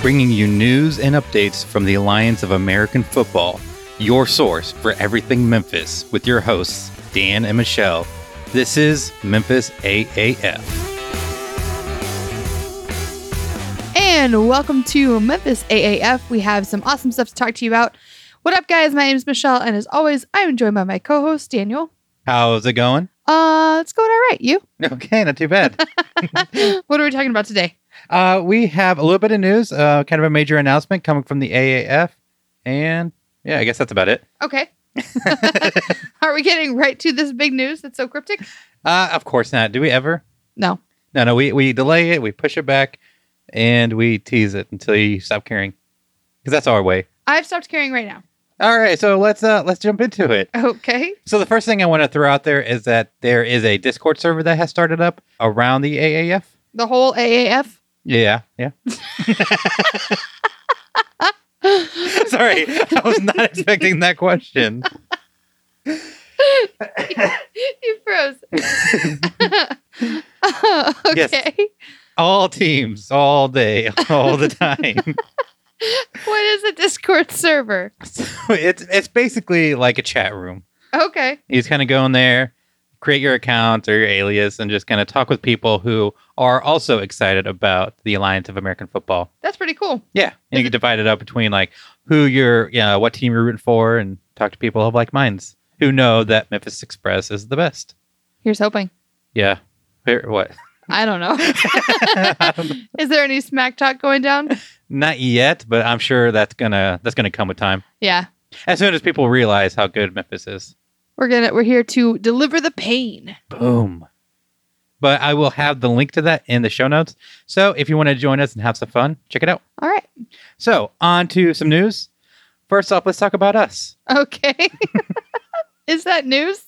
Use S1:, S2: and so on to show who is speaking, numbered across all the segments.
S1: bringing you news and updates from the Alliance of American Football, your source for everything Memphis, with your hosts, Dan and Michelle. This is Memphis AAF.
S2: And welcome to Memphis AAF. We have some awesome stuff to talk to you about. What up, guys? My name is Michelle, and as always, I'm joined by my co-host Daniel.
S1: How's it going?
S2: Uh, it's going all right. You?
S1: Okay, not too bad.
S2: What are we talking about today?
S1: Uh, we have a little bit of news, uh, kind of a major announcement coming from the AAF, and yeah, I guess that's about it.
S2: Okay. are we getting right to this big news that's so cryptic?
S1: Uh, of course not. Do we ever?
S2: No.
S1: No, no. We we delay it, we push it back, and we tease it until you stop caring, because that's our way.
S2: I've stopped caring right now.
S1: All right, so let's uh let's jump into it.
S2: Okay.
S1: So the first thing I want to throw out there is that there is a Discord server that has started up around the AAF.
S2: The whole AAF.
S1: Yeah, yeah. Sorry, I was not expecting that question.
S2: you froze. okay.
S1: All teams, all day, all the time.
S2: What is a Discord server?
S1: so it's it's basically like a chat room.
S2: Okay.
S1: You just kind of go in there, create your account or your alias, and just kind of talk with people who are also excited about the Alliance of American Football.
S2: That's pretty cool.
S1: Yeah, and you can divide it up between like who you're, you know, what team you're rooting for, and talk to people of like minds who know that Memphis Express is the best.
S2: Here's hoping.
S1: Yeah, Fair- what?
S2: I don't know. Is there any smack talk going down?
S1: Not yet, but I'm sure that's gonna that's gonna come with time.
S2: Yeah.
S1: As soon as people realize how good Memphis is,
S2: We're gonna we're here to deliver the pain.
S1: boom. But I will have the link to that in the show notes. So if you want to join us and have some fun, check it out.
S2: All right.
S1: So, on to some news. First off, let's talk about us.
S2: Okay. Is that news?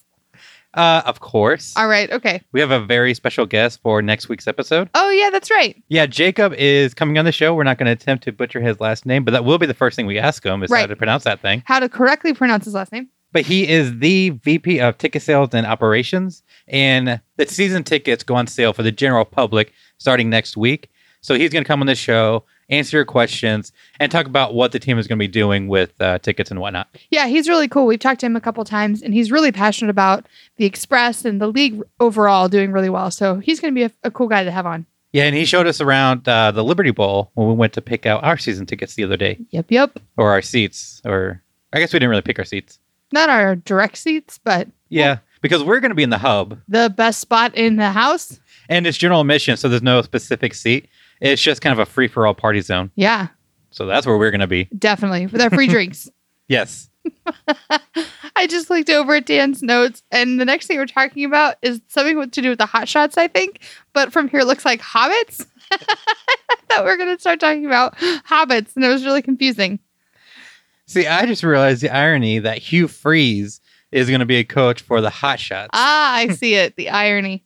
S1: Uh, of course,
S2: All right. Okay.
S1: we have a very special guest for next week's episode.
S2: Oh yeah, that's right.
S1: Yeah, Jacob is coming on the show. We're not going to attempt to butcher his last name, but that will be the first thing we ask him is how
S2: Right.
S1: to pronounce that thing.
S2: How to correctly pronounce his last name?
S1: but he is the VP of ticket sales and operations. And the season tickets go on sale for the general public starting next week. So he's going to come on the show, answer your questions, and talk about what the team is going to be doing with uh, tickets and whatnot.
S2: Yeah, he's really cool. We've talked to him a couple times, and he's really passionate about the Express and the league overall doing really well. So he's gonna be a, a cool guy to have on.
S1: Yeah, and he showed us around uh, the Liberty Bowl when we went to pick out our season tickets the other day,
S2: Yep. Yep.
S1: or our seats, or I guess we didn't really pick our seats.
S2: Not our direct seats, but
S1: Yeah, because we're going to be in the hub,
S2: the best spot in the house.
S1: and it's general admission, so there's no specific seat. It's just kind of a free for all party zone.
S2: Yeah,
S1: So that's where we're going to be.
S2: definitely with our free drinks.
S1: Yes.
S2: I just looked over at Dan's notes, and the next thing we're talking about is something with- to do with the hot shots, I think. But from here, it looks like hobbits. I thought we were going to start talking about hobbits, and it was really confusing.
S1: See, I just realized the irony that Hugh Freeze is going to be a coach for the Hot Shots.
S2: Ah, I see it. The irony.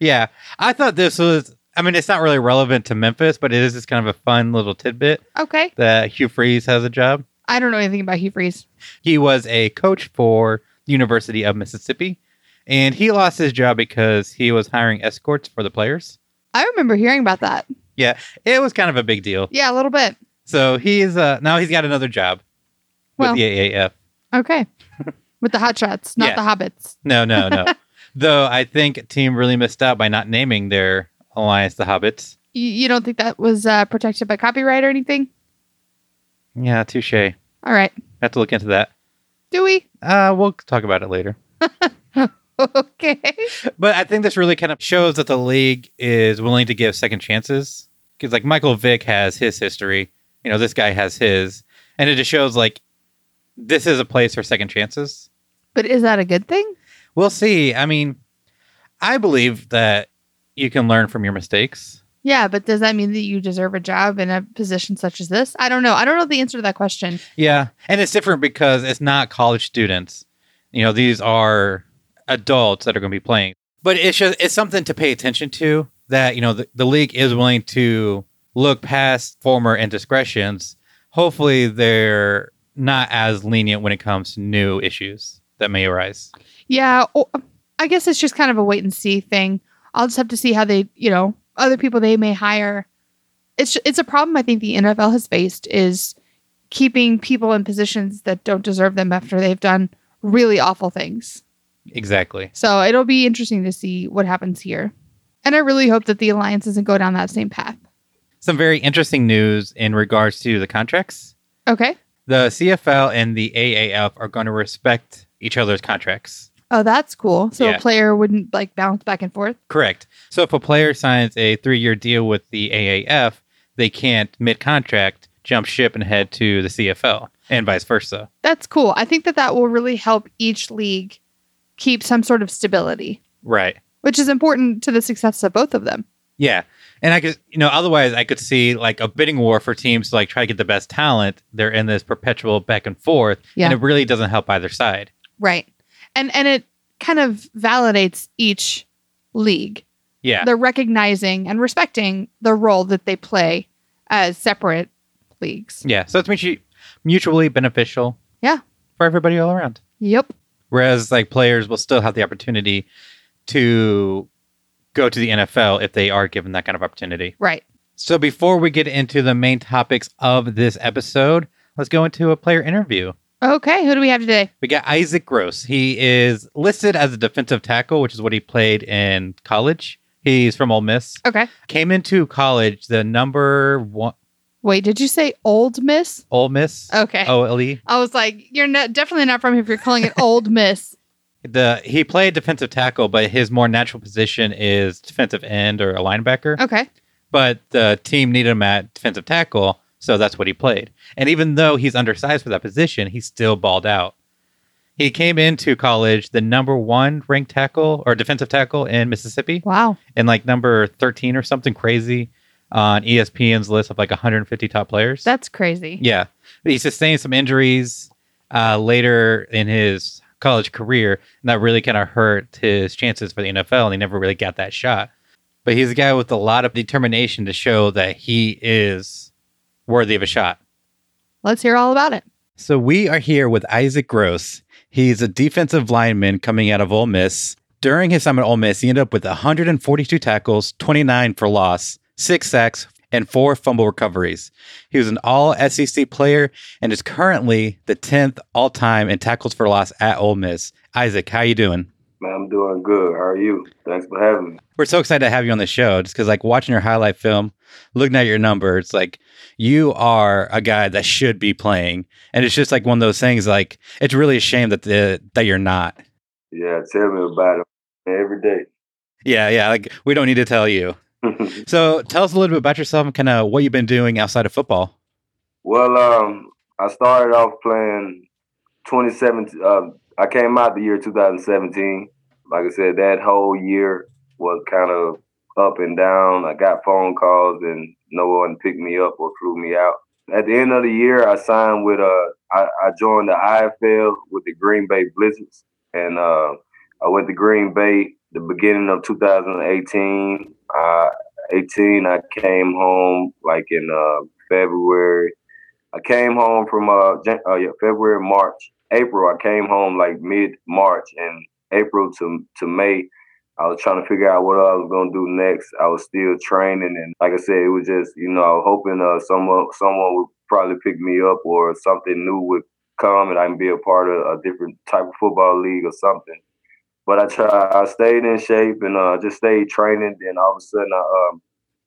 S1: yeah, I thought this was. I mean, it's not really relevant to Memphis, but it is just kind of a fun little tidbit
S2: Okay.
S1: that Hugh Freeze has a job.
S2: I don't know anything about Hugh Freeze.
S1: He was a coach for the University of Mississippi, and he lost his job because he was hiring escorts for the players.
S2: I remember hearing about that.
S1: It was kind of a big deal.
S2: Yeah, a little bit.
S1: So he's uh, now he's got another job with
S2: Well.
S1: the AAF.
S2: Okay. With the hot shots, not
S1: Yeah.
S2: the hobbits.
S1: No, no, no. Though I think team really missed out by not naming their alliance the Hobbits.
S2: You, you don't think that was uh, protected by copyright or anything?
S1: Yeah, touche. I
S2: All right.
S1: have to look into that.
S2: Do we?
S1: Uh, we'll talk about it later.
S2: Okay.
S1: But I think this really kind of shows that the league is willing to give second chances. Because like Michael Vick has his history, you know, this guy has his, and it just shows like this is a place for second chances.
S2: But is that a good thing?
S1: We'll see. I mean, I believe that you can learn from your mistakes.
S2: Yeah, but does that mean that you deserve a job in a position such as this? I don't know. I don't know the answer to that question.
S1: Yeah, and it's different because it's not college students. You know, these are adults that are going to be playing. But it's just it's something to pay attention to that you know the, the league is willing to look past former indiscretions. Hopefully, they're not as lenient when it comes to new issues that may arise.
S2: Yeah, o- I guess it's just kind of a wait and see thing. I'll just have to see how they, you know, other people they may hire. it's it's a problem I think the NFL has faced is keeping people in positions that don't deserve them after they've done really awful things.
S1: Exactly.
S2: So it'll be interesting to see what happens here. And I really hope that the alliance doesn't go down that same path.
S1: Some very interesting news in regards to the contracts.
S2: Okay.
S1: The CFL and the AAF are going to respect each other's contracts.
S2: Oh, that's cool. So
S1: Yeah.
S2: a player wouldn't like bounce back and forth.
S1: Correct. So if a player signs a three year deal with the AAF, they can't mid contract jump ship and head to the CFL and vice versa.
S2: That's cool. I think that that will really help each league keep some sort of stability,
S1: Right.
S2: which is important to the success of both of them.
S1: Yeah. And I could, you know, otherwise I could see like a bidding war for teams to like try to get the best talent. They're in this perpetual back and forth.
S2: Yeah.
S1: And it really doesn't help either side.
S2: Right. And and it kind of validates each league.
S1: Yeah.
S2: They're recognizing and respecting the role that they play as separate leagues.
S1: Yeah. So it's mutu- mutually beneficial.
S2: Yeah.
S1: For everybody all around.
S2: Yep.
S1: Whereas like players will still have the opportunity to go to the NFL if they are given that kind of opportunity.
S2: Right.
S1: So before we get into the main topics of this episode, let's go into a player interview.
S2: Okay, who do we have today?
S1: We got Isaac Gross. He is listed as a defensive tackle, which is what he played in college. He's from Ole Miss.
S2: Okay.
S1: Came into college the number one
S2: Wait, did you say Old Miss?
S1: Ole Miss. E?
S2: Okay.
S1: OLE.
S2: I was like, you're not, definitely not from here if you're calling it Old Miss.
S1: The he played defensive tackle, but his more natural position is defensive end or a linebacker.
S2: Okay.
S1: But the team needed him at defensive tackle, so that's what he played. And even though he's undersized for that position, he still balled out. He came into college the number one ranked tackle or defensive tackle in Mississippi,
S2: Wow.
S1: and like number thirteen or something crazy on E ESPN's list of like 150 top players.
S2: That's crazy.
S1: Yeah. He sustained some injuries uh, later in his college career, and that really kind of hurt his chances for the NFL, and he never really got that shot. But he's a guy with a lot of determination to show that he is worthy of a shot.
S2: Let's hear all about it.
S1: So we are here with Isaac Gross. He's a defensive lineman coming out of Ole Miss. During his time at Ole Miss, he ended up with 142 tackles, 29 for loss, six sacks, and four fumble recoveries. He was an all SEC player and is currently the 10th all time in tackles for loss at Ole Miss. Isaac, how you doing?
S3: Man, I'm doing good. How are you? Thanks for having me.
S1: We're so excited to have you on the show just because, like, watching your highlight film, looking at your number, it's like you are a guy that should be playing. And it's just like one of those things, like, it's really a shame that, the, that you're not.
S3: Yeah, tell me about it every
S1: Yeah, yeah. Like, we don't need to tell you.
S3: day.
S1: So, tell us a little bit about yourself and kind of what you've been doing outside of football.
S3: well, um, I started off playing 2017. Uh, I came out the year 2017. Like I said, that whole year was kind of up and down. I got phone calls and no one picked me up or flew me out. At the end of the year, I signed with uh, I, I joined the IFL with the Green Bay Blizzards, and uh, I went to Green Bay the beginning of 2018. Uh, 18, I came home like in uh, February. I came home from uh, Jan- uh yeah, February, March, April. I came home like mid March, and April to to May, I was trying to figure out what I was gonna do next. I was still training, and like I said, it was just you know I was hoping uh, someone someone would probably pick me up or something new would come, and I can be a part of a different type of football league or something. But I tried. I stayed in shape and uh, just stayed training. Then all of a sudden, I um,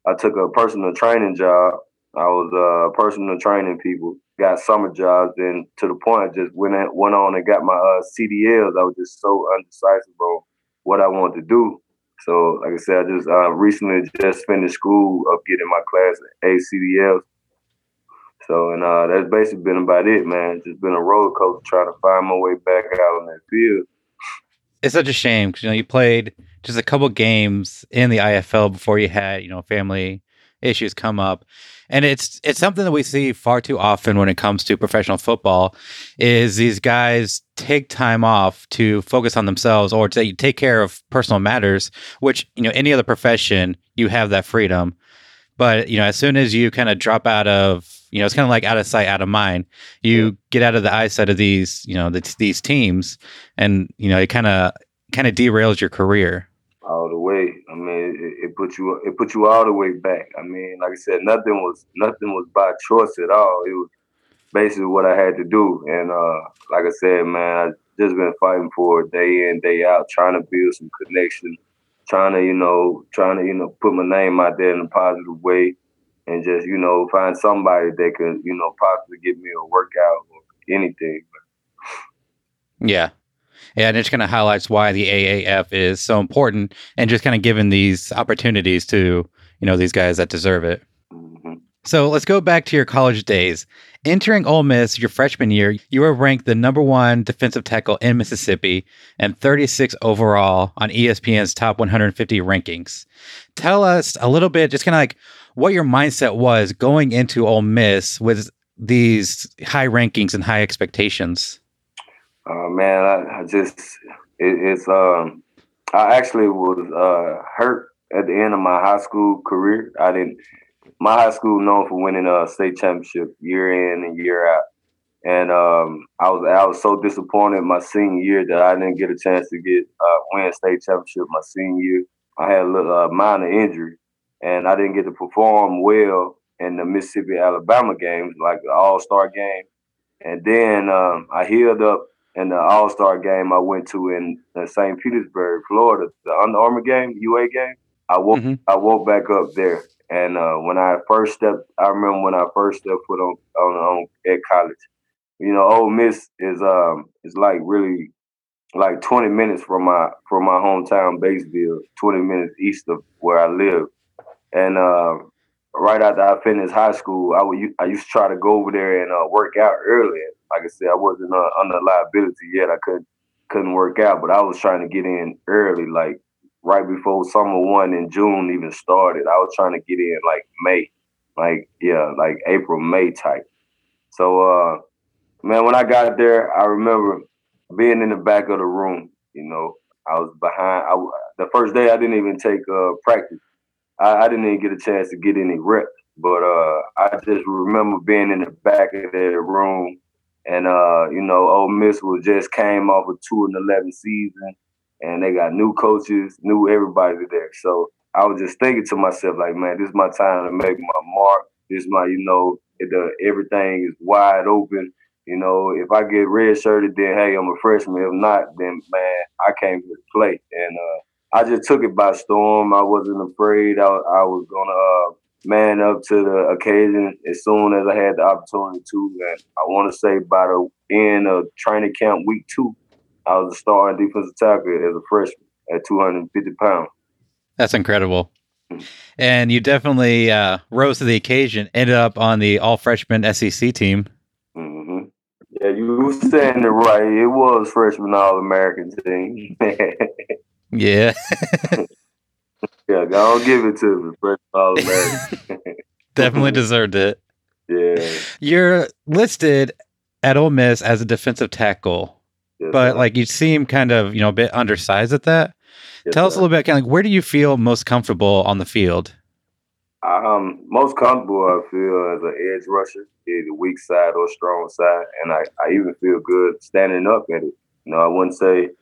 S3: I took a personal training job. I was uh, personal training people. Got summer jobs, and to the point, I just went in, went on and got my uh, CDLs. I was just so undecisive on what I wanted to do. So, like I said, I just uh, recently just finished school of getting my class ACDLs. So, and uh, that's basically been about it, man. Just been a roller coaster trying to find my way back out on that field.
S1: It's such a shame because, you know, you played just a couple games in the IFL before you had, you know, family issues come up. And it's it's something that we see far too often when it comes to professional football is these guys take time off to focus on themselves or to take care of personal matters, which, you know, any other profession, you have that freedom. But, you know, as soon as you kind of drop out of, you know, it's kind of like out of sight, out of mind. You get out of the eyesight of these, you know, the, these teams, and you know it kind of kind of derails your career.
S3: all the way. I mean, it, it put you it put you all the way back. I mean, like I said, nothing was nothing was by choice at all. It was basically what I had to do. And uh, like I said, man, I just been fighting for it day in day out, trying to build some connection, trying to you know trying to you know put my name out there in a positive way, and just you know find somebody that could you know possibly give me a workout or anything.
S1: Yeah. Yeah, and it just kind of highlights why the AAF is so important and just kind of giving these opportunities to, you know, these guys that deserve it.
S3: hmm
S1: So let's go back to your college days. Entering Ole Miss your freshman year, you were ranked the number one defensive tackle in Mississippi and 36 overall on E ESPN's top 150 rankings. Tell us a little bit, just kind of like what your mindset was going into Ole Miss with these high rankings and high expectations.
S3: Uh, man, I, I just it, it's um I actually was uh hurt at the end of my high school career. I didn't my high school known for winning a state championship year in and year out. And um, I was I was so disappointed my senior year that I didn't get a chance to get uh, win state championship my senior year. I had a little uh, minor injury, and I didn't get to perform well in the Mississippi Alabama games, like the All Star game. And then um, I healed up and the All Star game I went to in uh, St. Petersburg, Florida, the Under Armour game, UA game. I woke
S1: Mhm.
S3: I woke back up there, and uh, when I first stepped, I remember when I first stepped foot on on, on at college. You know, Ole Miss is um is like really like twenty minutes from my from my hometown, Batesville, twenty minutes east of where I live, and. Uh, Right after I finished high school, I would u- I used to try to go over there and uh, work out early like I said, I wasn't uh, under liability yet. I couldn't couldn't work out, but I was trying to get in early, like right before summer one in June even started. I was trying to get in like May, like yeah, like April May type. So uh, man, when I got there, I remember being in the back of the room. You know, I was behind. I w the first day I didn't even take uh, practice. I, I didn't even get a chance to get any reps. But uh, I just remember being in the back of that room and uh, you know, Ole Miss was just came off a two and eleven season, and they got new coaches, new everybody there. So I was just thinking to myself, like, man, this is my time to make my mark. This is my, you know, the, everything is wide open. You know, if I get redshirted, then hey, I'm a freshman. If not, then man, I came here to play, and uh, I just took it by storm. I wasn't afraid. I, I was gonna uh, man up to the occasion as soon as I had the opportunity to. And I want to say by the end of training camp week two, I was a starting defensive tackle as a freshman at 250 pounds.
S1: That's incredible.
S3: Hmm.
S1: And you definitely uh, rose to the occasion, ended up on the all freshman SEC team.
S3: hmm Yeah, you were saying it right. It was freshman All American team. yeah,
S1: Yeah.
S3: go on, give it to me, freshman All American.
S1: definitely deserved it.
S3: yeah,
S1: You're listed at Ole Miss as a defensive tackle,
S3: yes,
S1: but
S3: sir.
S1: like you seem kind of, you know, a bit undersized at that.
S3: Yes,
S1: Tell us a
S3: sir.
S1: little bit kind of like where do you feel most comfortable on the field?
S3: Um, most comfortable I feel as an edge rusher, either weak side or strong side, and I, I even feel good standing up at it. You know, I wouldn't say, you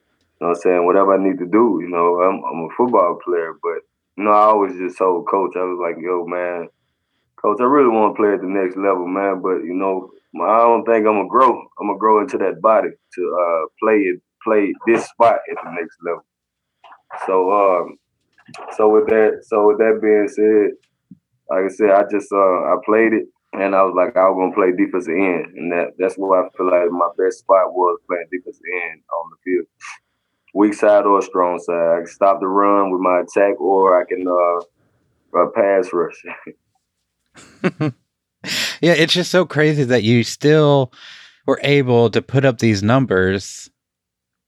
S3: know, what I'm saying whatever I need to do. You know, I'm I'm a football player, but you know, I always just told coach, I was like, yo, man, coach, I really want to play at the next level, man, but you know, I don't think I'm gonna grow. I'm gonna grow into that body to uh play it, play this spot at the next level. So, um, so with that, so with that being said like I said, I just uh, I played it and I was like I was gonna play defensive end, and that that's where I feel like my best spot was playing defensive end on the field, weak side or strong side. I can stop the run with my attack, or I can uh, uh pass rush.
S1: Yeah, it's just so crazy that you still were able to put up these numbers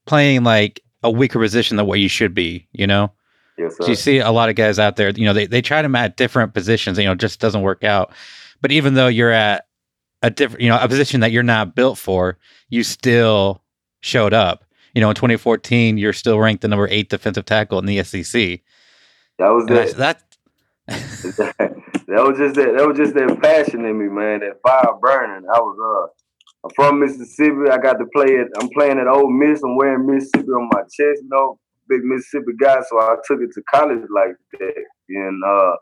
S1: playing like a weaker position than what you should be, you know?
S3: yes,
S1: So you
S3: sir.
S1: see a lot of guys out there, you know, they, they try them at different positions, you know, it just doesn't work out. But even though you're at a different, you know, a position that you're not built for, you still showed up. You know, in 2014, you're still ranked the number eight defensive tackle in the SEC.
S3: That was
S1: And
S3: that.
S1: that's, that,
S3: that was just that. That was just that passion in me, man. That fire burning. I was uh, I'm from Mississippi. I got to play it. I'm playing at Old Miss. I'm wearing Mississippi on my chest. You know, big Mississippi guy, so I took it to college like that. And uh,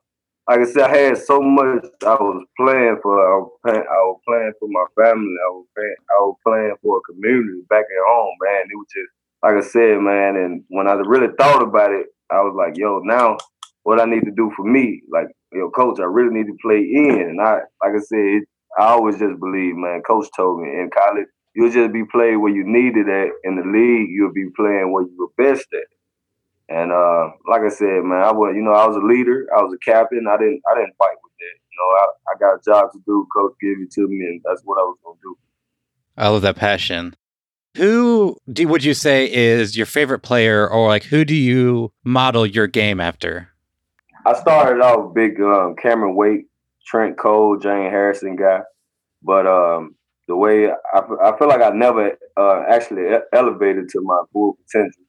S3: like I said, I had so much I was playing for. I was, plan- I was playing for my family. I was playing. I was playing for a community back at home, man. It was just like I said, man. And when I really thought about it, I was like, yo, now what I need to do for me, like, yo, coach, I really need to play in. And I, like I said, it, I always just believe, man. Coach told me in college, you'll just be playing where you needed at. In the league, you'll be playing where you were best at. And uh, like I said, man, I was, you know, I was a leader, I was a captain. I didn't, I didn't fight with that. You know, I, I got a job to do. Coach gave it to me, and that's what I was gonna do.
S1: I love that passion. Who do would you say is your favorite player, or like who do you model your game after?
S3: I started off big um, Cameron Wake, Trent Cole, Jane Harrison guy, but um, the way I, fe- I feel like I never uh, actually e- elevated to my full potential,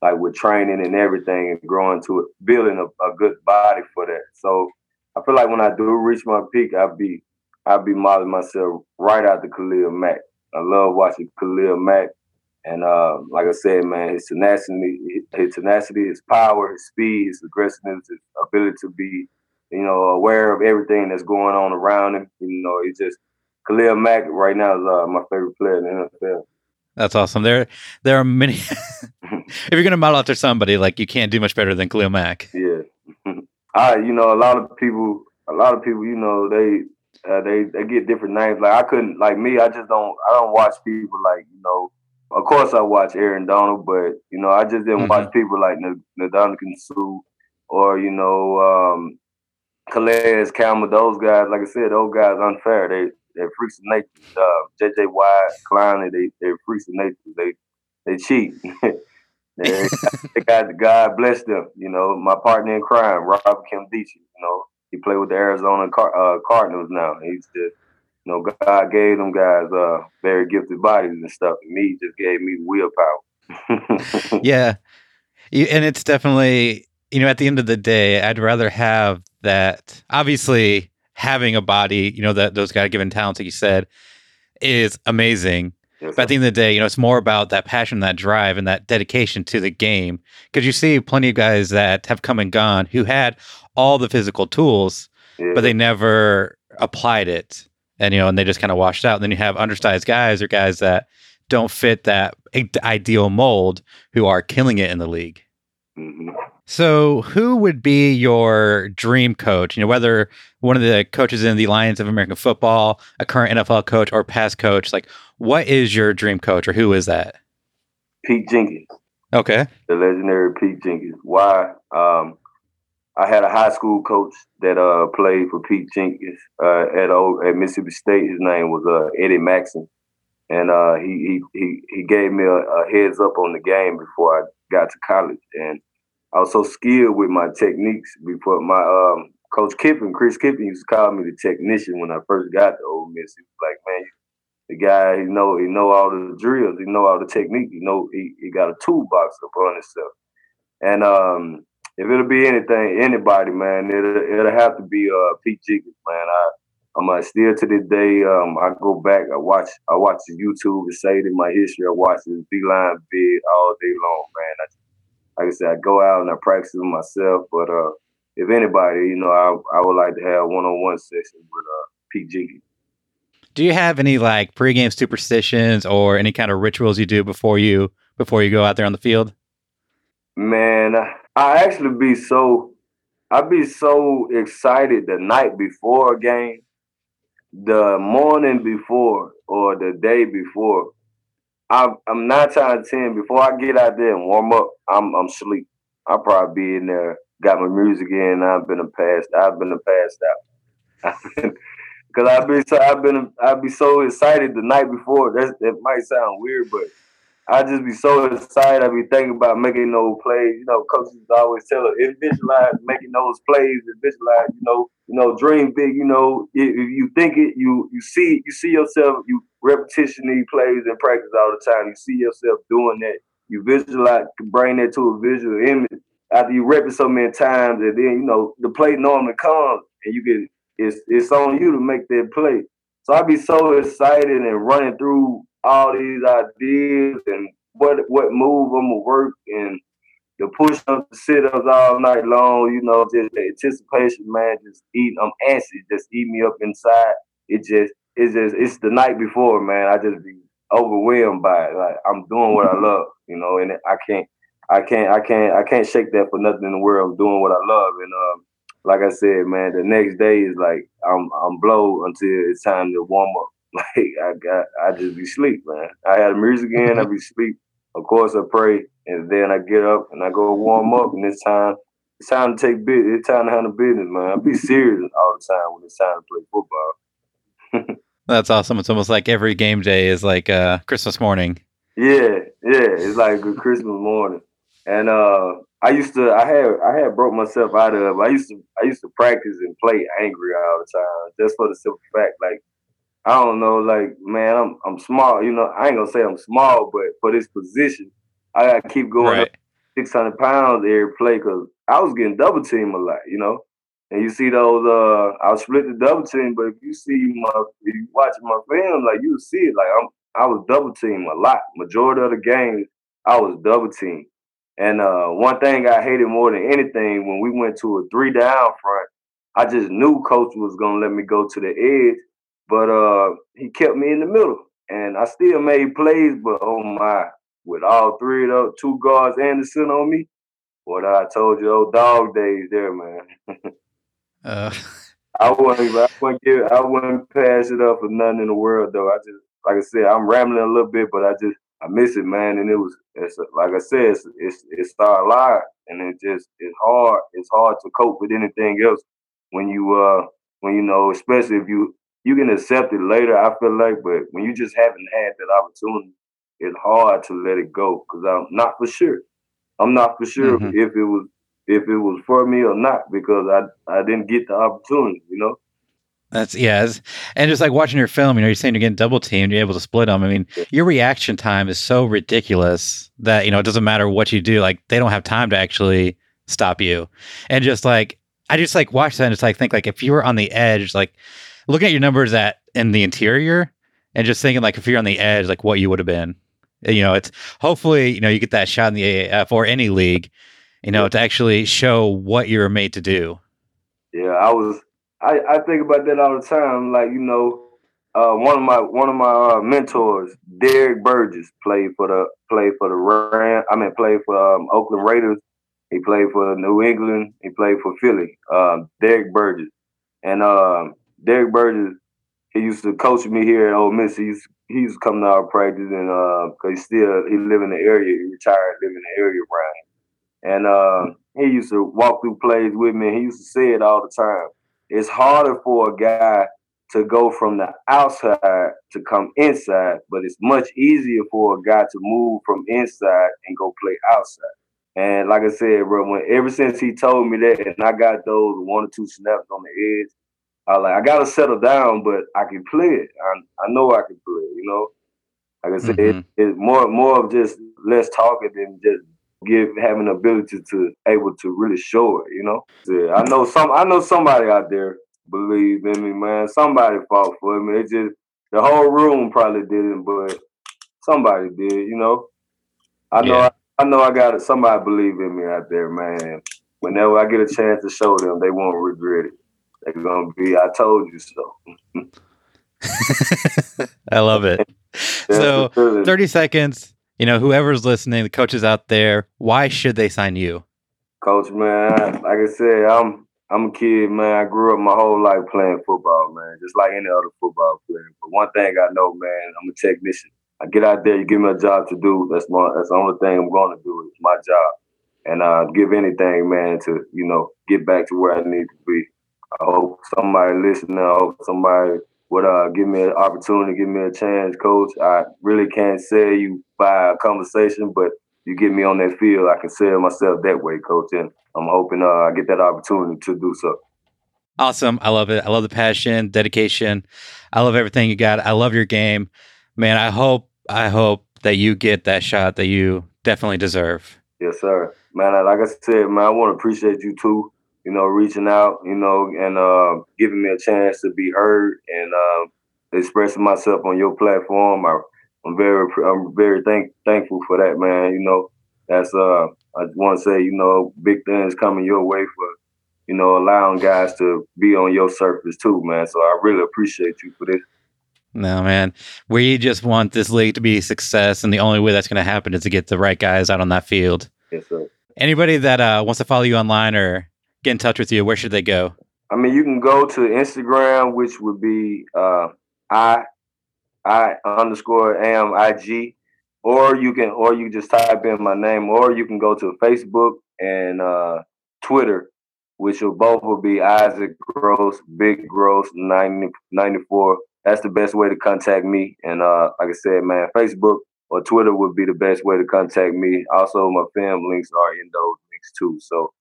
S3: like with training and everything and growing to it, building a, a good body for that. So I feel like when I do reach my peak, I'll be I'll be modeling myself right after Khalil Mack. I love watching Khalil Mack. And uh, like I said, man, his tenacity, his tenacity, his power, his speed, his aggressiveness, his ability to be, you know, aware of everything that's going on around him. You know, it's just Khalil Mack right now is uh, my favorite player in the NFL.
S1: That's awesome. There, there are many. if you're going to model after somebody, like you can't do much better than Khalil Mack.
S3: Yeah, I, you know, a lot of people, a lot of people, you know, they. Uh, they they get different names. Like I couldn't, like me, I just don't. I don't watch people like you know. Of course, I watch Aaron Donald, but you know, I just didn't
S1: Mhm.
S3: watch people like N- Ndamukong Suh or you know, um, Calais Campbell. Those guys, like I said, those guys unfair. They they're freaks of nature. Uh, JJ Watt, Klein, they they're freaks of nature. They they cheat. they, they got God bless them. You know, my partner in crime, Rob Kimdichi. You know, he played with the Arizona Car- uh, Cardinals now. He's just, you know, God gave them guys uh, very gifted bodies and stuff. And me just gave me willpower.
S1: yeah. You, and it's definitely, you know, at the end of the day, I'd rather have that. Obviously, having a body, you know, that those God given talents, like you said, is amazing.
S3: Yes,
S1: But at the end of the day, you know, it's more about that passion, that drive, and that dedication to the game. Because you see plenty of guys that have come and gone who had all the physical tools,
S3: sir.
S1: but they never applied it. And, you know, and they just kind of washed out. And then you have undersized guys or guys that don't fit that i- ideal mold who are killing it in the league.
S3: Yeah. Mhm.
S1: So, who would be your dream coach? You know, whether one of the coaches in the Lions of American Football, a current NFL coach, or past coach, like what is your dream coach or who is that?
S3: Pete Jenkins.
S1: Okay.
S3: the legendary Pete Jenkins. Why? Um, I had a high school coach that uh, played for Pete Jenkins uh, at o- at Mississippi State. His name was uh, Eddie Maxson, and uh, he, he he he gave me a, a heads up on the game before I got to college, and I was so skilled with my techniques before my um, coach Kiffin, Chris Kiffin, used to call me the technician when I first got to Ole Miss. He was like, man. The guy, he know, he know all the drills, he know all the technique, he know, he, he got a toolbox upon himself. And um, if it'll be anything, anybody, man, it'll it'll have to be uh Pete Jenkins, man. I I'm uh, still to this day. Um, I go back, I watch, I watch the YouTube and say it in my history. I watch his D line bid all day long, man. I, like I said, I go out and I practice with myself. But uh, if anybody, you know, I I would like to have one on one session with uh Pete Jenkins.
S1: Do you have any like pregame superstitions or any kind of rituals you do before you before you go out there on the field?
S3: Man, I, I actually be so I be so excited the night before a game, the morning before, or the day before. I'm I'm nine out of ten. Before I get out there and warm up, I'm I'm sleep. I probably be in there, got my music in. I've been a passed. I've been a passed out. Cause I've been so I've been I'd be so excited the night before. That's that might sound weird, but I just be so excited. I be thinking about making those plays. You know, coaches always tell us, "If visualize making those plays, and visualize, you know, you know, dream big. You know, if, if you think it, you you see you see yourself. You repetition these plays in practice all the time. You see yourself doing that. You visualize, bring that to a visual image. After you rep it so many times, and then you know the play normally comes, and you can it's it's on you to make that play. So I'd be so excited and running through all these ideas and what what move I'm gonna work and the push ups, the sit ups all night long, you know, just the anticipation, man, just eating, I'm antsy, just eat me up inside. It just, it's just, it's the night before, man. I just be overwhelmed by it. Like, I'm doing what I love, you know, and I can't, I can't, I can't, I can't shake that for nothing in the world. I'm doing what I love. And, um, like I said, man, the next day is like, I'm, I'm blow until it's time to warm up. Like, I got, I just be sleep, man. I had music in, I be sleep. Of course, I pray, and then I get up and I go warm up. And it's time, it's time to take business. It's time to handle business, man. I be serious all the time when it's time to play football.
S1: That's awesome. It's almost like every game day is like uh, Christmas morning.
S3: Yeah, yeah, it's like a good Christmas morning. And uh, I used to, I had, I had broke myself out of. I used to, I used to practice and play angry all the time, just for the simple fact, like. I don't know, like man, I'm I'm small, you know. I ain't gonna say I'm small, but for this position, I gotta keep going up
S1: Right.
S3: six hundred pounds every play because I was getting double team a lot, you know. And you see those, uh, I was split the double team, but if you see my, if you watch my film, like you see it, like I'm, I was double team a lot. Majority of the games, I was double team. And uh, one thing I hated more than anything when we went to a three down front, I just knew coach was gonna let me go to the edge, but uh, he kept me in the middle, and I still made plays. But oh my, with all three of those two guards and the center on me. What I told you, old dog days there, man.
S1: Uh,
S3: I wouldn't, I wouldn't give, I wouldn't pass it up for nothing in the world, though. I just, like I said, I'm rambling a little bit, but I just, I miss it, man. And it was, it's like I said, it's, it's, it's our life, and it just, it's hard, it's hard to cope with anything else when you, uh, when you know, especially if you, you can accept it later. I feel like, but when you just haven't had that opportunity, it's hard to let it go because I'm not for sure. I'm not for sure
S1: Mhm.
S3: if it was if it was for me or not because I I didn't get the opportunity, you know.
S1: that's yeah, it's- and just like watching your film, you know, you're saying you're getting double teamed, you're able to split them. I mean, your reaction time is so ridiculous that you know it doesn't matter what you do, like they don't have time to actually stop you. And just like I just like watch that and just like think like if you were on the edge, like looking at your numbers at in the interior and just thinking like if you're on the edge, like what you would have been. You know, it's hopefully you know you get that shot in the AAF or any league, you know, to actually show what you're made to do.
S3: Yeah, I was. I, I think about that all the time. Like you know, uh, one of my one of my uh, mentors, Derek Burgess, played for the played for the Ram. I mean, played for um, Oakland Raiders. He played for New England. He played for Philly. Um, Derek Burgess, and um, Derek Burgess, he used to coach me here at Ole Miss. He used he used to come to our practice, and uh, 'cause he still he live in the area. He retired, live in the area, Brian. And uh, he used to walk through plays with me. He used to say it all the time. It's harder for a guy to go from the outside to come inside, but it's much easier for a guy to move from inside and go play outside. And like I said, bro, when ever since he told me that, and I got those one or two snaps on the edge, I like I gotta settle down, but I can play it. I, I know I can play it, you know. Like I said,
S1: Mhm.
S3: it, it's more more of just less talking than just give having the ability to able to really show it, you know. Yeah, I know some I know somebody out there believed in me, man. Somebody fought for me. It just the whole room probably didn't, but somebody did, you know. I know
S1: Yeah.
S3: I, know I got it. Somebody believe in me out there, man. Whenever I get a chance to show them, they won't regret it. They're gonna be, I told you so.
S1: I love it.
S3: That's
S1: So
S3: the feeling.
S1: 30 seconds. You know, whoever's listening, the coaches out there, why should they sign you?
S3: Coach, man, I, like I said, I'm I'm a kid, man. I grew up my whole life playing football, man, just like any other football player. But one thing I know, man, I'm a technician. I get out there, you give me a job to do. That's my that's the only thing I'm going to do. It's my job, and uh, give anything, man, to you know get back to where I need to be. I hope somebody listening. I hope somebody would uh, give me an opportunity, give me a chance, Coach. I really can't sell you by a conversation, but you get me on that field, I can sell myself that way, coach. And I'm hoping uh, I get that opportunity to do so.
S1: Awesome. I love it. I love the passion, dedication. I love everything you got. I love your game. Man, I hope, I hope that you get that shot that you definitely deserve.
S3: Yes, sir. Man, I- like I said, man, I want to appreciate you too. You know, reaching out, you know, and uh, giving me a chance to be heard and uh, expressing myself on your platform. I, I'm very, I'm very thank, thankful for that, man. You know, that's uh, I want to say, you know, big things coming your way for, you know, allowing guys to be on your surface too, man. So I really appreciate you for this.
S1: No, man. We just want this league to be a success, and the only way that's going to happen is to get the right guys out on that field.
S3: Yes, sir.
S1: Anybody that uh, wants to follow you online or get in touch with you, where should they go?
S3: I mean, you can go to Instagram, which would be uh, I I underscore am IG, or you can or you just type in my name, or you can go to Facebook and uh, Twitter, which will both will be Isaac Gross, Big Gross 90, 94. That's the best way to contact me. And uh, like I said, man, Facebook or Twitter would be the best way to contact me. Also, my film links are in those links too. So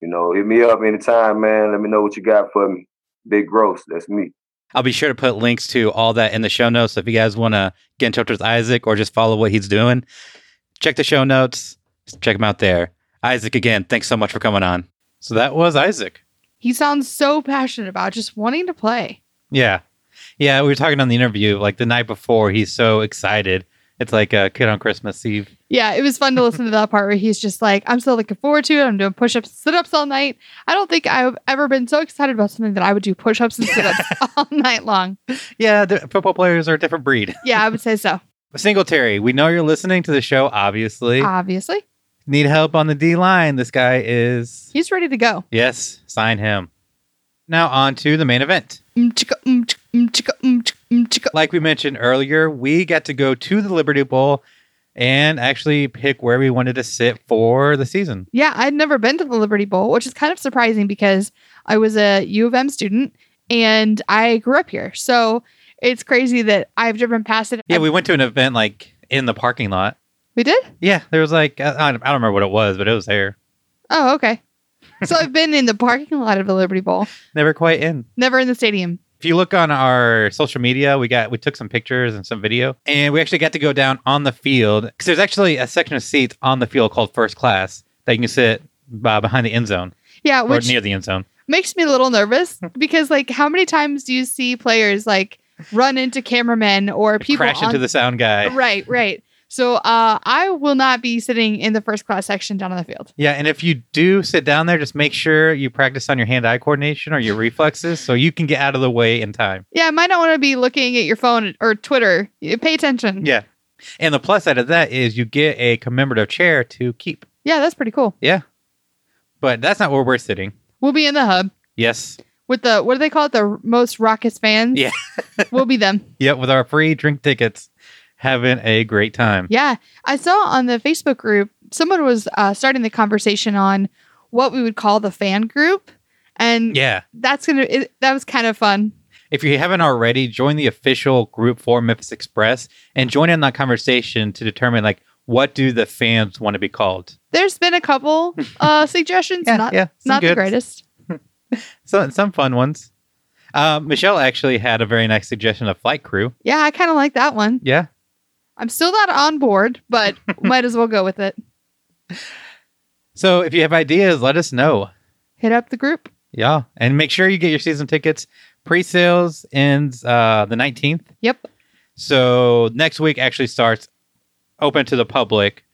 S3: you know, hit me up anytime, man. Let me know what you got for me. Big Gross, that's me.
S1: I'll be sure to put links to all that in the show notes. So if you guys want to get in touch with Isaac or just follow what he's doing, check the show notes. Check him out there. Isaac, again, thanks so much for coming on. So that was Isaac.
S2: He sounds so passionate about just wanting to play.
S1: Yeah. Yeah. We were talking on the interview like the night before. He's so excited. It's like a kid on Christmas Eve.
S2: Yeah, it was fun to listen to that part where he's just like, I'm so looking forward to it. I'm doing push ups and sit ups all night. I don't think I've ever been so excited about something that I would do push ups and sit ups all night long.
S1: Yeah. The football players are a different breed.
S2: Yeah, I would say so.
S1: Singletary, we know you're listening to the show, obviously.
S2: Obviously,
S1: Need help on the D line. This guy is.
S2: he's ready to go.
S1: Yes. Sign him. Now on to the main event.
S2: Mm, chicka, mm, chicka, mm, chicka, mm, chicka, mm, chicka.
S1: like we mentioned earlier, we got to go to the Liberty Bowl and actually pick where we wanted to sit for the season.
S2: Yeah, I'd never been to the Liberty Bowl, which is kind of surprising because I was a U of M student and I grew up here. So it's crazy that I've driven past it.
S1: Yeah, we went to an event like in the parking lot.
S2: we did?
S1: Yeah, there was like I I don't I don't remember what it was, but it was there.
S2: Oh, okay. So I've been in the parking lot of the Liberty Bowl,
S1: Never quite in.
S2: never in the stadium.
S1: If you look on our social media, we got we took some pictures and some video, and we actually got to go down on the field because there's actually a section of seats on the field called first class that you can sit uh, behind the end zone
S2: Yeah,
S1: or
S2: which
S1: near the end zone.
S2: makes me a little nervous because like how many times do you see players like run into cameramen or people
S1: Crash into
S2: on-
S1: the sound guy.
S2: right right so uh, i will not be sitting in the first class section down on the field
S1: Yeah, and if you do sit down there, just make sure you practice on your hand-eye coordination or your reflexes, so you can get out of the way in time.
S2: yeah i might not want to be looking at your phone or twitter Yeah, pay attention
S1: Yeah, and the plus side of that is you get a commemorative chair to keep.
S2: Yeah, that's pretty cool
S1: But that's not where we're sitting.
S2: we'll be in the hub
S1: Yes.
S2: with the what do they call it the most raucous fans
S1: Yeah.
S2: we'll be them
S1: Yep. With our free drink tickets, having a great time.
S2: yeah i saw on the facebook group someone was uh, starting the conversation on what we would call the fan group and
S1: Yeah.
S2: that's gonna it, that was kind of fun
S1: If you haven't already, join the official group for Memphis Express and join in that conversation to determine like what do the fans want to be called.
S2: There's been a couple uh, suggestions. not
S1: some
S2: not the
S1: good-
S2: greatest.
S1: some some fun ones. Uh, Michelle actually had a very nice suggestion of flight crew.
S2: Yeah, I kind of like that one.
S1: Yeah,
S2: I'm still not on board, but might as well go with it.
S1: so if you have ideas, let us know.
S2: Hit up the group.
S1: Yeah, and make sure you get your season tickets. Pre-sales ends uh, the nineteenth,
S2: Yep.
S1: so next week actually starts open to the public.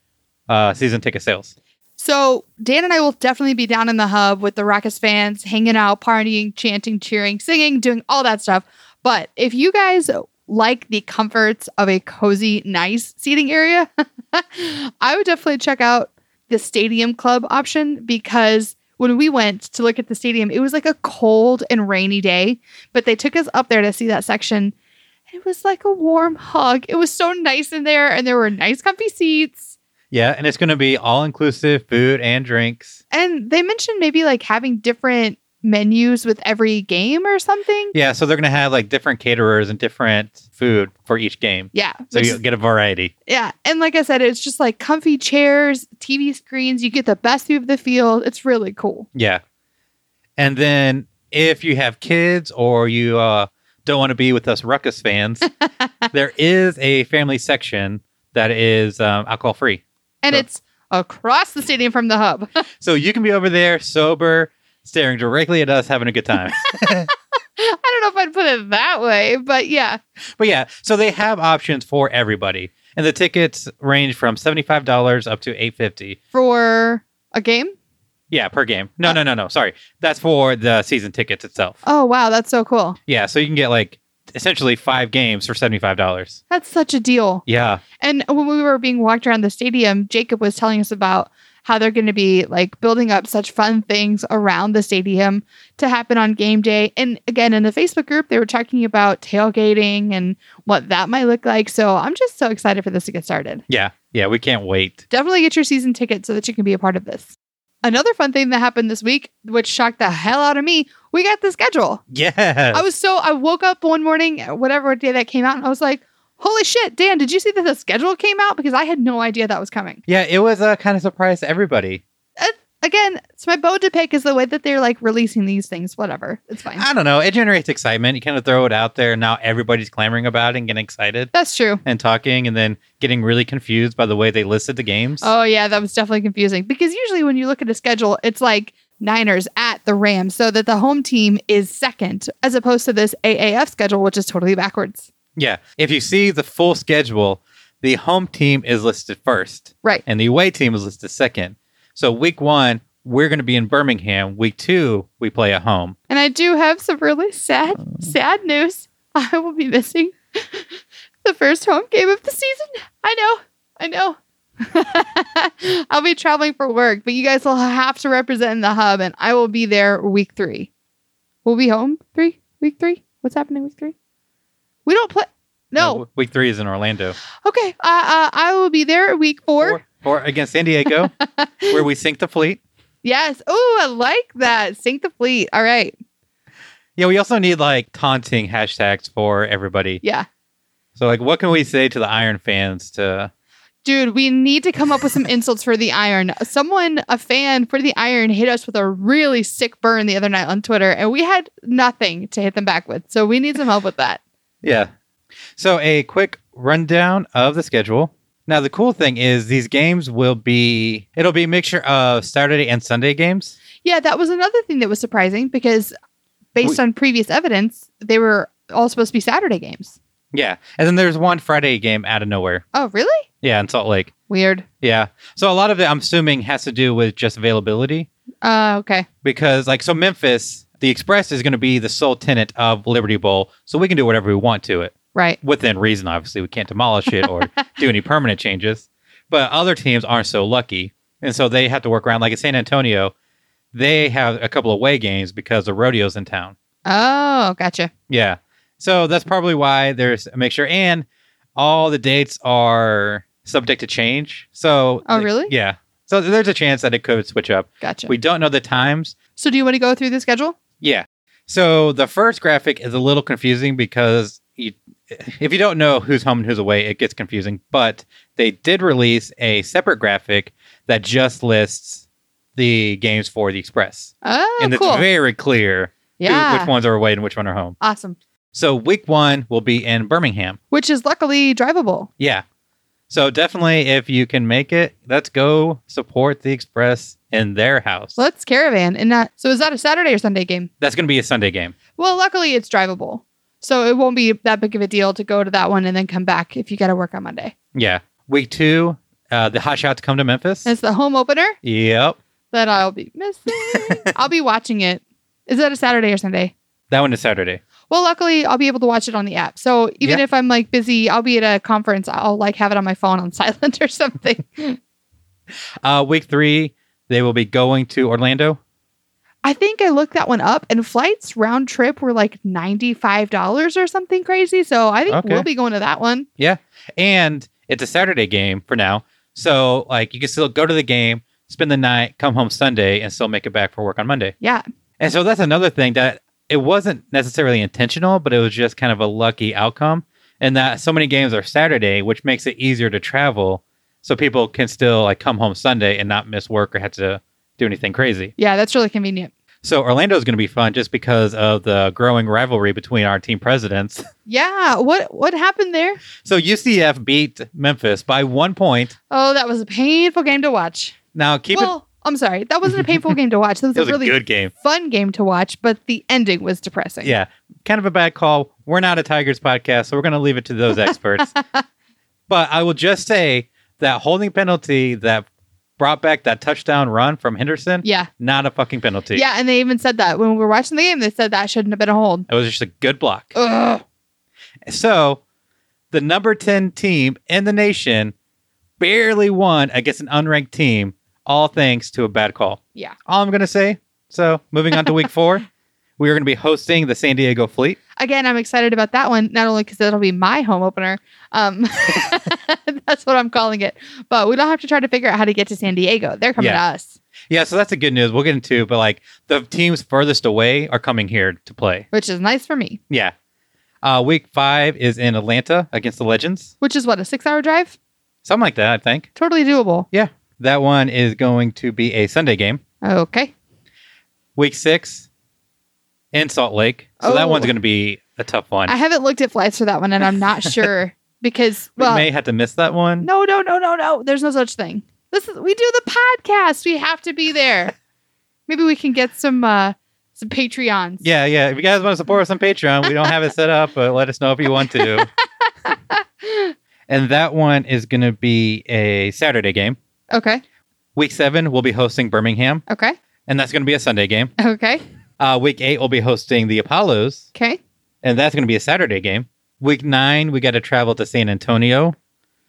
S1: Uh, season ticket sales.
S2: So Dan and I will definitely be down in the hub with the Rockets fans, hanging out, partying, chanting, cheering, singing, doing all that stuff. But if you guys like the comforts of a cozy, nice seating area, I would definitely check out the stadium club option because when we went to look at the stadium, it was like a cold and rainy day, but they took us up there to see that section. It was like a warm hug. It was so nice in there, and there were nice, comfy seats.
S1: Yeah, and it's going to be all inclusive food and drinks.
S2: And they mentioned maybe like having different menus with every game or something.
S1: Yeah, so they're going to have like different caterers and different food for each game,
S2: Yeah.
S1: so
S2: which
S1: you
S2: is-
S1: get a variety.
S2: yeah. And like I said, it's just like comfy chairs, TV screens. You get the best view of the field. It's really cool.
S1: Yeah. And then if you have kids or you uh, don't want to be with us Ruckus fans, there is a family section that is um, alcohol free.
S2: And
S1: Sure.
S2: it's across the stadium from the hub.
S1: So you can be over there sober, staring directly at us, having a good time.
S2: I don't know if I'd put it that way, but yeah.
S1: but yeah, so they have options for everybody. And the tickets range from $75 up to 850
S2: For A game?
S1: Yeah, per game. No, no, no, no. Sorry, that's for the season tickets itself.
S2: Oh wow, that's so cool.
S1: Yeah, so you can get like essentially five games for seventy five dollars.
S2: That's such a deal.
S1: Yeah,
S2: And when we were being walked around the stadium, Jacob was telling us about how they're going to be like building up such fun things around the stadium to happen on game day. And again, in the Facebook group, they were talking about tailgating and what that might look like. So I'm just so excited for this to get started.
S1: yeah, yeah. We can't wait.
S2: Definitely get your season ticket so that you can be a part of this. Another fun thing that happened this week, which shocked the hell out of me, we got the schedule.
S1: Yeah,
S2: I was so I woke up one morning, uh, whatever day that came out, and I was like, "Holy shit, Dan! Did you see that the schedule came out? Because I had no idea that was coming."
S1: yeah. It was a kind of surprise to everybody.
S2: Again, it's my bone to pick is the way that they're like releasing these things. Whatever, it's fine.
S1: I don't know. It generates excitement. You kind of throw it out there, and now everybody's clamoring about it and getting excited
S2: That's true.
S1: and talking, and then getting really confused by the way they listed the games.
S2: Oh yeah, that was definitely confusing because usually when you look at a schedule, it's like Niners at the Rams, so that the home team is second, as opposed to this AAF schedule, which is totally backwards.
S1: Yeah. If you see the full schedule, the home team is listed first.
S2: Right.
S1: And the away team is listed second. So week one, we're going to be in Birmingham. Week two, we play at home.
S2: And I do have some really sad, sad news. I will be missing the first home game of the season. I know. I know. I'll be traveling for work, but you guys will have to represent in the hub, and I will be there week three. We'll be home three? Week three? What's happening week three? We don't play. No.
S1: w- Week three is in Orlando.
S2: Okay. Uh, uh, I will be there week four.
S1: Or against San Diego, where we sink the fleet.
S2: Yes. Oh, I like that. Sink the fleet. All right.
S1: Yeah. We also need like taunting hashtags for everybody.
S2: Yeah.
S1: So, like, what can we say to the Iron fans to.
S2: Dude, we need to come up with some insults for the iron. Someone, a fan for the iron, hit us with a really sick burn the other night on Twitter, and we had nothing to hit them back with. So we need some help with that.
S1: Yeah. So a quick rundown of the schedule. Now the cool thing is these games will be it'll be a mixture of Saturday and Sunday games.
S2: Yeah, that was another thing that was surprising because based
S1: We-
S2: on previous evidence, they were all supposed to be Saturday games.
S1: Yeah. And then there's one Friday game out of nowhere.
S2: Oh, really?
S1: Yeah, in Salt Lake.
S2: Weird.
S1: Yeah. So a lot of it I'm assuming has to do with just availability
S2: Uh, okay.
S1: because like so Memphis, the Express is going to be the sole tenant of Liberty Bowl, so we can do whatever we want to it.
S2: Right.
S1: within reason, obviously. We can't demolish it or do any permanent changes. But other teams aren't so lucky. And so they have to work around. Like at San Antonio, they have a couple of away games because the rodeo's in town.
S2: Oh, gotcha.
S1: Yeah. So that's probably why there's a mixture. And all the dates are subject to change. So,
S2: Oh, really?
S1: Yeah. So there's a chance that it could switch up.
S2: Gotcha.
S1: We don't know the times.
S2: so do you want to go through the schedule?
S1: Yeah. So the first graphic is a little confusing because you, if you don't know who's home and who's away, it gets confusing. But they did release a separate graphic that just lists the games for the Express.
S2: Oh,
S1: and
S2: cool.
S1: it's very clear who-
S2: yeah.
S1: which ones are away and which one are home.
S2: Awesome.
S1: So week one will be in Birmingham.
S2: Which is luckily drivable.
S1: Yeah. So definitely, if you can make it, let's go support the Express in their house.
S2: Let's caravan and not. So is that a Saturday or Sunday game?
S1: That's going to be a Sunday game.
S2: Well, luckily it's drivable. So it won't be that big of a deal to go to that one and then come back if you got to work on Monday.
S1: Yeah. Week two, uh, the hot shots come to Memphis.
S2: And it's the home opener
S1: Yep.
S2: that I'll be missing. I'll be watching it. Is that a Saturday or Sunday?
S1: That one is Saturday.
S2: Well, luckily I'll be able to watch it on the app. So even
S1: Yeah.
S2: if I'm like busy, I'll be at a conference. I'll like have it on my phone on silent or something.
S1: Uh, week three, they will be going to Orlando.
S2: I think I looked that one up and flights round trip were like $95 or something crazy. So I think
S1: Okay.
S2: we'll be going to that one.
S1: And it's a Saturday game for now. So, like, you can still go to the game, spend the night, come home Sunday, and still make it back for work on Monday.
S2: Yeah.
S1: And so that's another thing that it wasn't necessarily intentional, but it was just kind of a lucky outcome. And that so many games are Saturday, which makes it easier to travel. So people can still like come home Sunday and not miss work or have to do anything crazy.
S2: Yeah. That's really convenient.
S1: So Orlando is going to be fun just because of the growing rivalry between our team presidents.
S2: Yeah. What, what happened there?
S1: So UCF beat Memphis by one point.
S2: Oh, that was a painful game to watch.
S1: Now keep
S2: well, I'm sorry. That wasn't a painful game to watch. That was,
S1: it. It was
S2: a really
S1: a good game.
S2: fun game to watch, but the ending was depressing.
S1: Yeah, kind of a bad call. We're not a Tigers podcast, so we're going to leave it to those experts. but I will just say that holding penalty that brought back that touchdown run from Henderson,
S2: Yeah.
S1: not a fucking penalty.
S2: Yeah. And they even said that when we were watching the game, they said that shouldn't have been a hold.
S1: It was just a good block.
S2: Ugh.
S1: So the number 10 team in the nation barely won against an unranked team, all thanks to a bad call.
S2: Yeah.
S1: All I'm going to say. So moving on to week four, we are going to be hosting the San Diego Fleet.
S2: Again, I'm excited about that one, not only because that'll be my home opener. Um, that's what I'm calling it. But we don't have to try to figure out how to get to San Diego. They're
S1: Yeah.
S2: coming to us,
S1: Yeah, so that's the good news. We'll get into, but like the teams furthest away are coming here to play.
S2: which is nice for me,
S1: Yeah. Uh, week five is in Atlanta against the Legends,
S2: which is what, a six hour drive?
S1: something like that, I think.
S2: Totally doable.
S1: That one is going to be a Sunday game.
S2: Okay.
S1: Week six in Salt Lake. So
S2: Oh.
S1: that one's going to be a tough one.
S2: I haven't looked at flights for that one and I'm not sure because,
S1: We
S2: well,
S1: may have to miss that one.
S2: no, no, no, no, no. There's no such thing. This is, we do the podcast. We have to be there. Maybe we can get some, uh, some Patreons.
S1: Yeah, yeah. If you guys want to support us on Patreon, we don't have it set up, but let us know if you want to. and that one is going to be a Saturday game.
S2: Okay.
S1: Week seven, we'll be hosting Birmingham,
S2: Okay.
S1: and that's going to be a Sunday game.
S2: Okay.
S1: Uh, week eight, we'll be hosting the Apollos,
S2: Okay.
S1: and that's going to be a Saturday game. Week nine, we got to travel to San Antonio.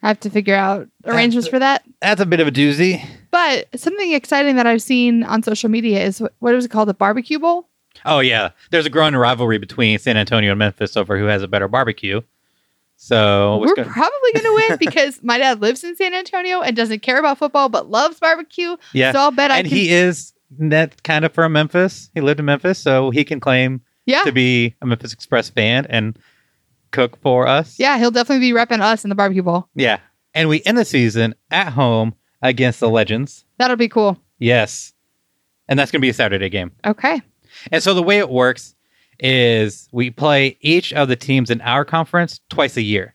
S2: I have to figure out arrangements for that.
S1: That's a bit of a doozy.
S2: But something exciting that I've seen on social media is wh- what was it called? The barbecue bowl?
S1: Oh, yeah. There's a growing rivalry between San Antonio and Memphis over who has a better barbecue. So, it's
S2: We're
S1: gonna-
S2: probably going to win because my dad lives in San Antonio and doesn't care about football but loves barbecue.
S1: yeah.
S2: So I'll bet I
S1: and
S2: can.
S1: he is net kind of from Memphis. He lived in Memphis, so he can claim
S2: yeah.
S1: to be a Memphis Express fan and cook for us.
S2: Yeah. He'll definitely be repping us in the barbecue bowl.
S1: Yeah. And we end the season at home against the Legends.
S2: That'll be cool.
S1: Yes. And that's going to be a Saturday game.
S2: Okay.
S1: And so the way it works is we play each of the teams in our conference twice a year.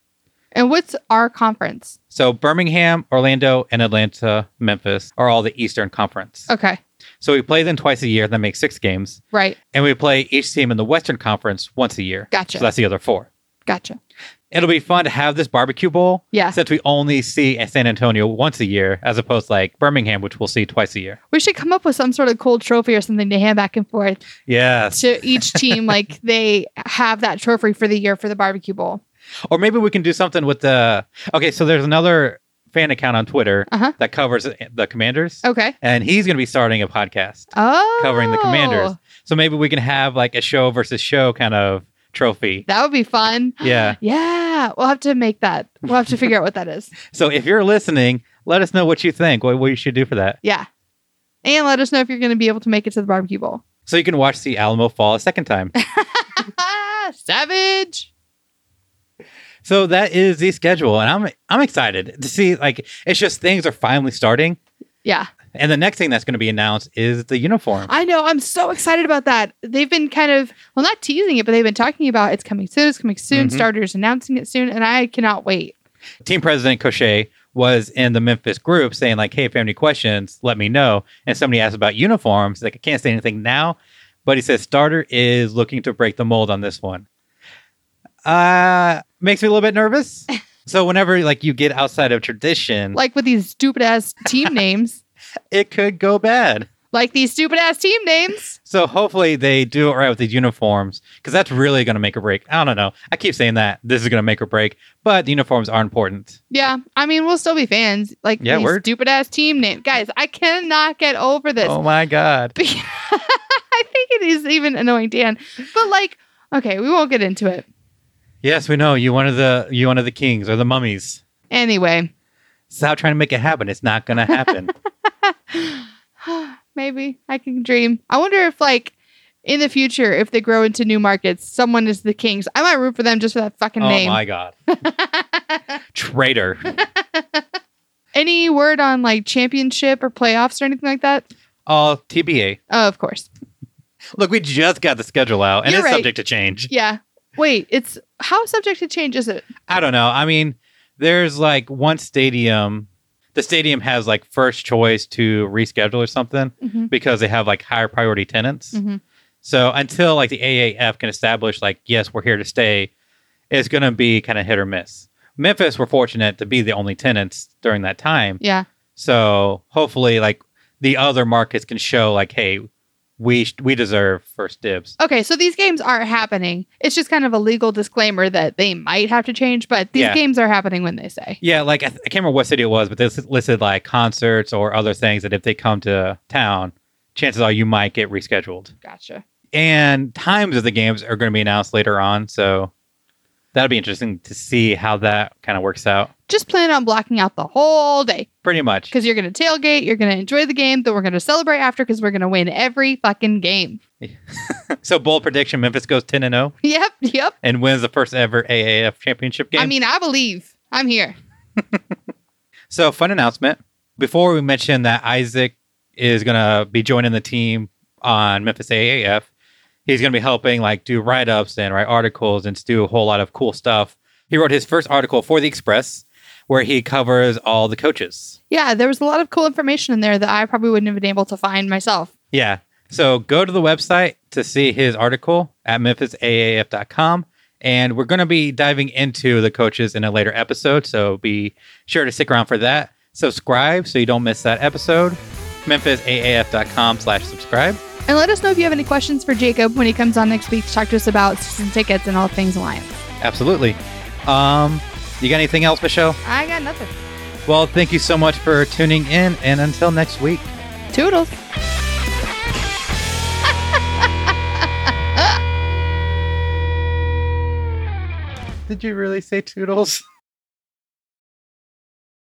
S2: And what's our conference?
S1: So Birmingham, Orlando, and Atlanta, Memphis are all the Eastern Conference.
S2: Okay.
S1: So we play them twice a year. That makes six games.
S2: Right.
S1: and we play each team in the Western Conference once a year.
S2: Gotcha.
S1: So that's the other four.
S2: Gotcha.
S1: It'll be fun to have this barbecue bowl
S2: Yeah.
S1: since we only see at San Antonio once a year, as opposed to like Birmingham, which we'll see twice a year.
S2: We should come up with some sort of cool trophy or something to hand back and forth
S1: Yes.
S2: to each team. like they have that trophy for the year for the barbecue bowl.
S1: Or maybe we can do something with the. Okay, so there's another fan account on Twitter
S2: Uh-huh. Oh.
S1: that covers uh, the Commanders,
S2: Okay.
S1: and he's going to be starting a podcast
S2: Oh.
S1: covering the Commanders. So maybe we can have like a show versus show kind of trophy.
S2: That would be fun.
S1: Yeah.
S2: Yeah. We'll have to make that. We'll have to figure out what that is.
S1: So if you're listening, let us know what you think, what, what you should do for that.
S2: Yeah. And let us know if you're going to be able to make it to the barbecue bowl.
S1: So you can watch the Alamo fall a second time.
S2: Ah, savage.
S1: So that is the schedule, and I'm I'm excited to see like it's just things are finally starting,
S2: Yeah.
S1: and the next thing that's going to be announced is the uniform.
S2: I know. I'm so excited about that. They've been kind of, well, not teasing it, but they've been talking about it's coming soon. It's coming soon.
S1: Mhm.
S2: Starters announcing it soon. And I cannot wait.
S1: Team president Cochet was in the Memphis group saying like, "Hey, if you have any questions, let me know." And somebody asked about uniforms. Like, I can't say anything now, but he says starter is looking to break the mold on this one. Uh makes me a little bit nervous. so whenever like you get outside of tradition,
S2: Like with these stupid ass team names,
S1: it could go bad.
S2: like these stupid ass team names.
S1: So hopefully they do it right with these uniforms because that's really going to make or break. I don't know. I keep saying that this is going to make or break, but the uniforms are important.
S2: Yeah. I mean, we'll still be fans. Like
S1: Yeah,
S2: these
S1: word.
S2: stupid ass team name. Guys, I cannot get over this.
S1: Oh my god!
S2: I think it is even annoying Dan. But like, okay, we won't get into it.
S1: Yes, we know you one of the you one of the kings or the mummies.
S2: Anyway,
S1: Stop trying to make it happen. It's not going to happen.
S2: maybe I can dream. I wonder if like in the future, if they grow into new markets, someone is the Kings. I might root for them just for that fucking
S1: oh
S2: name.
S1: my god! Traitor.
S2: Any word on like championship or playoffs or anything like that?
S1: All TBA.
S2: Oh, of course.
S1: Look, we just got the schedule out, and
S2: You're
S1: it's
S2: right.
S1: subject to change.
S2: Yeah. Wait, it's how subject to change is it?
S1: I don't know. I mean, there's like one stadium. The stadium has like first choice to reschedule or something.
S2: Mhm.
S1: because they have like higher priority tenants.
S2: Mhm.
S1: So until like the AAF can establish like yes, we're here to stay, it's going to be kind of hit or miss. Memphis were fortunate to be the only tenants during that time,
S2: Yeah.
S1: So hopefully, like the other markets can show, like, hey, we sh- we deserve first dibs.
S2: Okay, so these games aren't happening. It's just kind of a legal disclaimer that they might have to change, but these
S1: Yeah.
S2: games are happening when they say.
S1: Yeah, like I, th- I can't remember what city it was, but this listed like concerts or other things that if they come to town, chances are you might get rescheduled.
S2: Gotcha.
S1: And times of the games are going to be announced later on, so that'll be interesting to see how that kind of works out.
S2: Just plan on blocking out the whole day
S1: Pretty much.
S2: because you're going to tailgate, you're going to enjoy the game, then we're going to celebrate after because we're going to win every fucking game.
S1: So bold prediction: Memphis goes ten and zero
S2: Yep, yep.
S1: and wins the first ever AAF championship game.
S2: I mean, I believe. I'm here.
S1: so fun announcement. Before we mentioned that Isaac is gonna be joining the team on Memphis AAF, he's gonna be helping like do write ups and write articles and do a whole lot of cool stuff. He wrote his first article for the Express, where he covers all the coaches.
S2: Yeah, there was a lot of cool information in there that I probably wouldn't have been able to find myself.
S1: Yeah. So go to the website to see his article at memphisaaf.com. And we're going to be diving into the coaches in a later episode. So be sure to stick around for that. Subscribe so you don't miss that episode. MemphisAAF.com slash subscribe.
S2: And let us know if you have any questions for Jacob when he comes on next week to talk to us about season tickets and all things Lions.
S1: Absolutely. Um, you got anything else, Michelle?
S2: I got nothing.
S1: Well, thank you so much for tuning in. And until next week.
S2: Toodles.
S1: Did you really say toodles?